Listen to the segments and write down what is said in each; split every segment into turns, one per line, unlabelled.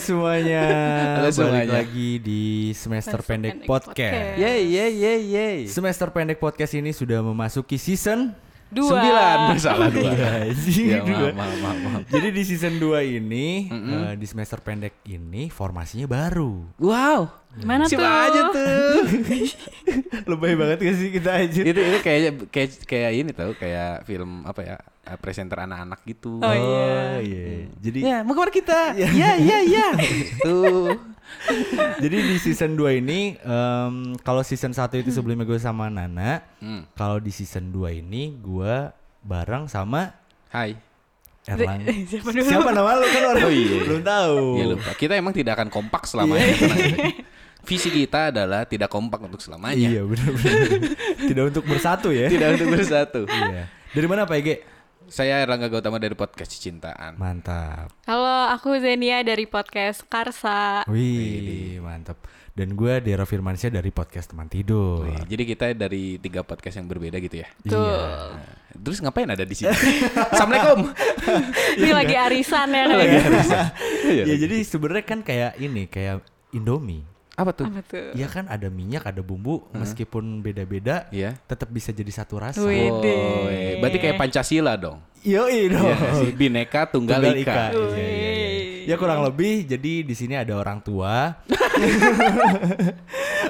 semuanya.
Halo semuanya.
Balik lagi di semester
Semester
pendek,
Pendek
podcast.
Podcast.
Yeay, yeay, yeay, yeay.
Semester pendek podcast ini sudah memasuki season
Dua.
Sembilan. Salah dua.
Iya,
ya, maaf, maaf, maaf, maaf.
Jadi di season 2 ini eh, di semester pendek ini formasinya baru.
Wow.
Mana
Siapa
tuh?
aja tuh?
Lebay banget gak sih kita aja?
itu itu kayak kayak kayak ini tau kayak film apa ya eh, presenter anak-anak gitu.
Oh, iya.
Jadi Iya. Gitu.
Ya, mau kemana kita? Ya, ya, ya. Tuh.
jadi di season 2 ini em, kalau season 1 itu sebelumnya gue sama Nana,
Hmm.
kalau di season 2 ini gue bareng sama
Hai.
Erlang.
Eh, Siapa dulu?
nama lu kan orang
Oh, iya.
belum tahu.
Ya lupa. Kita emang tidak akan kompak selamanya. tenang aja. Visi kita adalah tidak kompak untuk selamanya.
Iya benar Tidak untuk bersatu ya.
Tidak untuk bersatu.
Iya. Dari mana Pak Ege?
Saya Erlangga Gautama dari podcast Cintaan.
Mantap.
Halo, aku Zenia dari podcast Karsa.
Oh, Wih, mantap. Dan gue Dera Firmansyah dari podcast Teman Tidur.
Jadi kita dari tiga podcast yang berbeda gitu ya.
Tuh.
Nah, Terus ngapain ada di sini? Assalamualaikum.
Ini lagi arisan ya.
Lagi
kayaknya.
harus. Iya,
Ya
lagi.
jadi sebenarnya kan kayak ini kayak Indomie.
apa tuh?
Apa tuh?
Iya kan ada minyak, ada bumbu, meskipun beda-beda,
Iya.
tetap bisa jadi satu rasa.
Wih. Wede.
Oh, eh, berarti kayak Pancasila dong.
Yoi dong.
Iya, sih. Bineka Tunggal,
Tunggal
Ika.
Ika. Iya, iya, iya. Ya kurang lebih jadi di sini ada orang tua.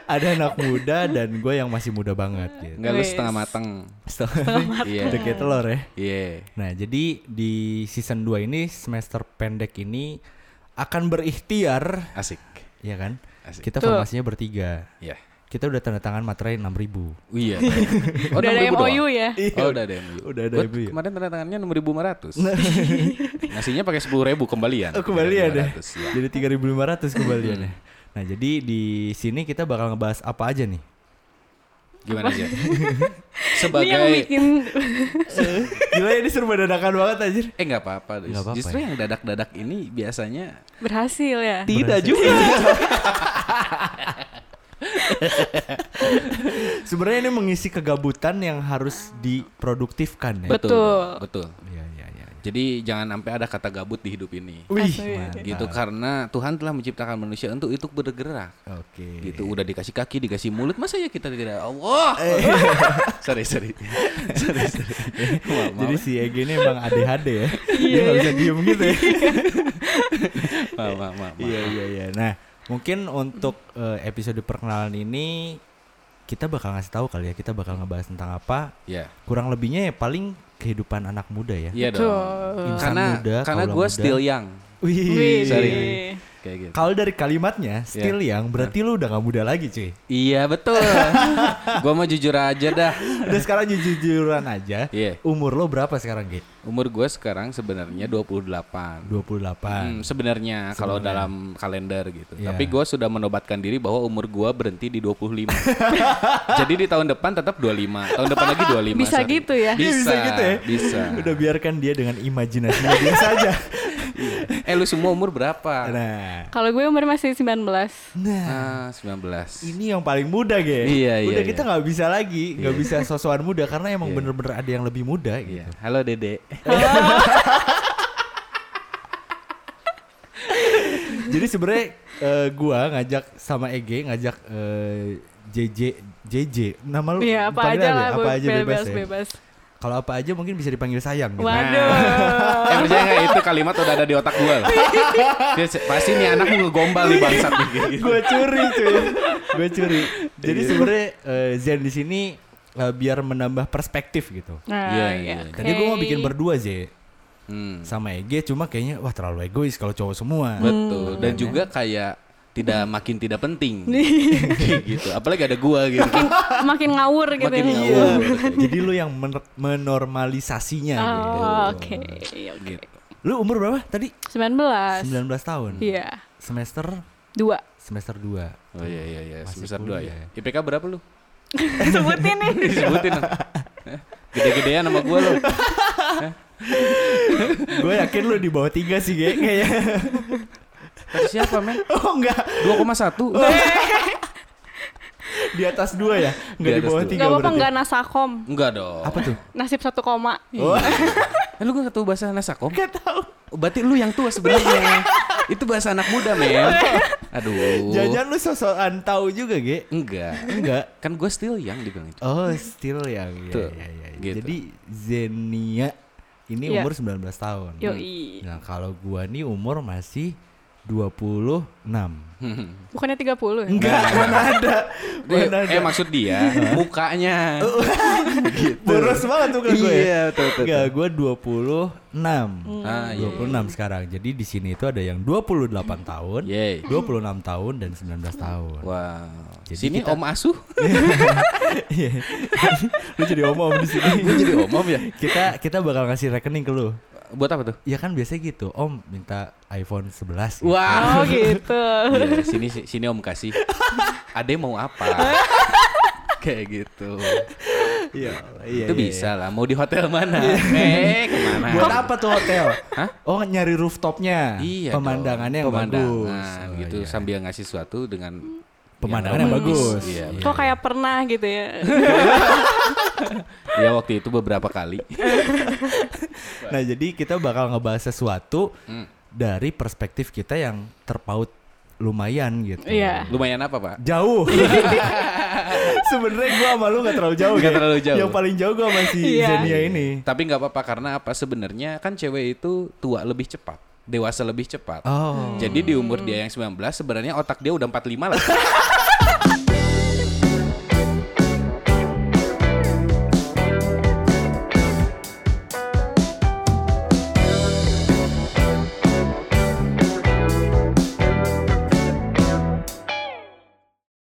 ada anak muda dan gue yang masih muda banget gitu.
Enggak lu
Wes.
setengah matang.
Setengah
Iya.
udah kayak telur ya.
Iya.
Nah, jadi di season 2 ini semester pendek ini akan berikhtiar,
Asik.
ya kan?
Asik.
Kita
Tuh.
formasinya bertiga.
Iya.
Kita udah tanda tangan materai 6000.
Oh, iya. Oh,
Udah ada
6.000 doang?
MOU ya?
Oh, udah ada MOU.
Iya. Udah ada
Gua
MOU.
Kemarin tanda tangannya 6500. Nasinya pakai 10000 kembalian.
Nah. Oh, kembalian ya.
3.500, iya.
Jadi 3500 kembalian ya.
Hmm.
Nah, jadi di sini kita bakal ngebahas apa aja nih?
Gimana aja?
Ini yang
Sebagai
bikin
Gila ini serba dadakan banget anjir.
Eh nggak apa-apa, Dis.
Nggak apa-apa
justru
ya.
yang dadak-dadak ini biasanya
berhasil ya.
tidak juga.
Sebenarnya ini mengisi kegabutan yang harus diproduktifkan ya.
Betul.
betul.
Iya, iya, iya.
Jadi jangan sampai ada kata gabut di hidup ini.
Wih,
Asli.
mantap.
gitu karena Tuhan telah menciptakan manusia untuk itu bergerak
Oke.
gitu udah dikasih kaki dikasih mulut masa ya kita tidak Allah
Eh.
sorry sorry sorry sorry Maaf, maaf.
Jadi si Ege ini emang ADHD
Iya.
ya. Dia nggak bisa diem gitu ya.
Maaf, maaf, maaf, maaf.
Iya, iya, iya. Nah, mungkin untuk eh, episode perkenalan ini kita bakal ngasih tahu kali ya kita bakal ngebahas tentang apa
ya
kurang lebihnya ya paling kehidupan anak muda ya
iya dong
Betul.
Insan
karena
muda,
karena
kaula
gue
muda.
still young
Wih.
Sorry. kayak gitu
Kalau dari kalimatnya still yang berarti lu udah gak muda lagi cuy.
iya betul gue mau jujur aja dah
Udah sekarang jujur-jujuran aja.
Iya.
Umur lo berapa sekarang, Ge?
umur gue sekarang sebenarnya 28 Hmm,
28.
sebenarnya kalau dalam kalender gitu.
Iya.
Tapi gue sudah menobatkan diri bahwa umur gue berhenti di 25. Jadi di tahun depan tetap 25. Tahun depan lagi 25.
Bisa gitu ya?
Iya,
Bisa, bisa gitu ya. Bisa.
Udah biarkan dia dengan imajinasi dia saja.
Eh lu semua umur berapa?
Nah.
Kalau gue umur masih 19.
Nah,
Ah, 19.
ini yang paling muda, Ge.
Iya, iya,
Udah
iya.
kita nggak bisa lagi, nggak bisa sosokan muda karena emang bener-bener ada yang lebih muda gitu.
Iya. Halo Dede.
Jadi sebenarnya eh, gua ngajak sama Ege ngajak eh, JJ JJ nama lu
Iya, apa
panggilan
aja
ya?
lah
apa aja bebas,
bebas,
ya?
bebas.
Kalau apa aja mungkin bisa dipanggil sayang gitu.
Nah,
Waduh.
Eh percaya nggak itu kalimat udah ada di otak gue. Dia se- pasti nih anak ngegombal nih bangsat nih kayak gitu.
gue curi cuy gue curi jadi sebenarnya eh, Zen di sini eh, biar menambah perspektif gitu
Nah,
Iya,
iya,
iya.
tadi gue mau
oke.
bikin berdua Z
Hmm.
sama Ege cuma kayaknya wah terlalu egois kalau cowok semua
Betul.
Hmm.
Dan juga kayak tidak makin tidak penting. Kayak gitu. Apalagi ada gua gitu.
makin ngawur gitu.
Makin
ya.
ngawur.
Iya. jadi lu yang mener- menormalisasinya gitu
Oh, oke. oke.
Gitu.
lu umur berapa tadi 19
19.
tahun
Iya.
semester
Dua.
semester 2
Oh iya iya iya,
Masih
semester 2 ya.
kuliah.
IPK berapa lu?
Sebutin nih.
Disebutin. dong. Hah? Gede-gedean sama gua lu.
gue yakin lu di bawah 3 sih Ge, kayaknya
Kata siapa, men?
oh enggak Oh.
2,1.
di atas 2 ya enggak
Di
di,
atas
bawah
dua.
3
Gak apa-apa
berarti
nggak nasakom.
Enggak dong.
apa tuh
Nasib satu koma.
Iya.
Oh. Eh, lu gak tahu bahasa Nasakom? Gak tahu. Berarti lu yang tua sebenarnya. Itu bahasa anak muda, men. Aduh.
Jajan lu sosokan tahu juga, Ge.
Enggak.
Enggak.
Kan gue still young dibilang itu.
Oh, still yang
Tuh,
ya, ya, ya.
gitu.
Jadi Zenia ini
Iya.
umur 19 tahun.
Yoi.
Nah, kalau gua nih umur masih 26.
Hmm.
Bukannya 30 ya?
Enggak, mana ada.
Eh,
Mana ada.
eh, maksud dia mukanya.
Boros banget tuh kan gue. Oh, ya?
Iya, betul, betul,
Enggak, gue 26.
Hmm.
Ah, iya. Iya.
26 sekarang. Jadi di sini itu ada yang 28
Hmm.
tahun,
Yeay.
26 tahun dan 19 tahun.
Wow.
Jadi
Sini
kita-
Om Asuh.
Iya. lu jadi om-om di sini.
Gue jadi Om Om ya.
kita kita bakal ngasih rekening ke lu.
Buat apa tuh?
Ya kan biasanya gitu, Om minta iPhone 11. gitu.
Wah.
Oh gitu.
Iya, sini sini Om kasih. Ade mau apa? Kayak gitu.
Iya, iya. iya,
itu bisa lah. Mau di hotel mana? eh, kemana?
iya. Buat apa tuh hotel?
Hah?
Oh, nyari rooftopnya.
Iya. dong.
Pemandangannya yang bagus.
Pemandangan
Oh,
gitu
iya.
sambil ngasih sesuatu dengan
Pemandangan yang
romantis.
bagus.
Iya.
Iya.
Kok kayak pernah gitu ya?
Ya waktu itu beberapa kali.
Nah, jadi kita bakal ngebahas sesuatu
Hmm.
dari perspektif kita yang terpaut lumayan gitu.
Iya.
Lumayan apa, Pak?
Jauh. Sebenarnya gua sama lu gak terlalu jauh.
Nggak
Ge.
terlalu jauh.
Yang paling jauh gua sama si
Iya.
Zenia ini.
Tapi nggak apa-apa karena apa sebenarnya kan cewek itu tua lebih cepat, dewasa lebih cepat.
Oh.
Jadi di umur dia yang 19 sebenarnya otak dia udah 45 lah.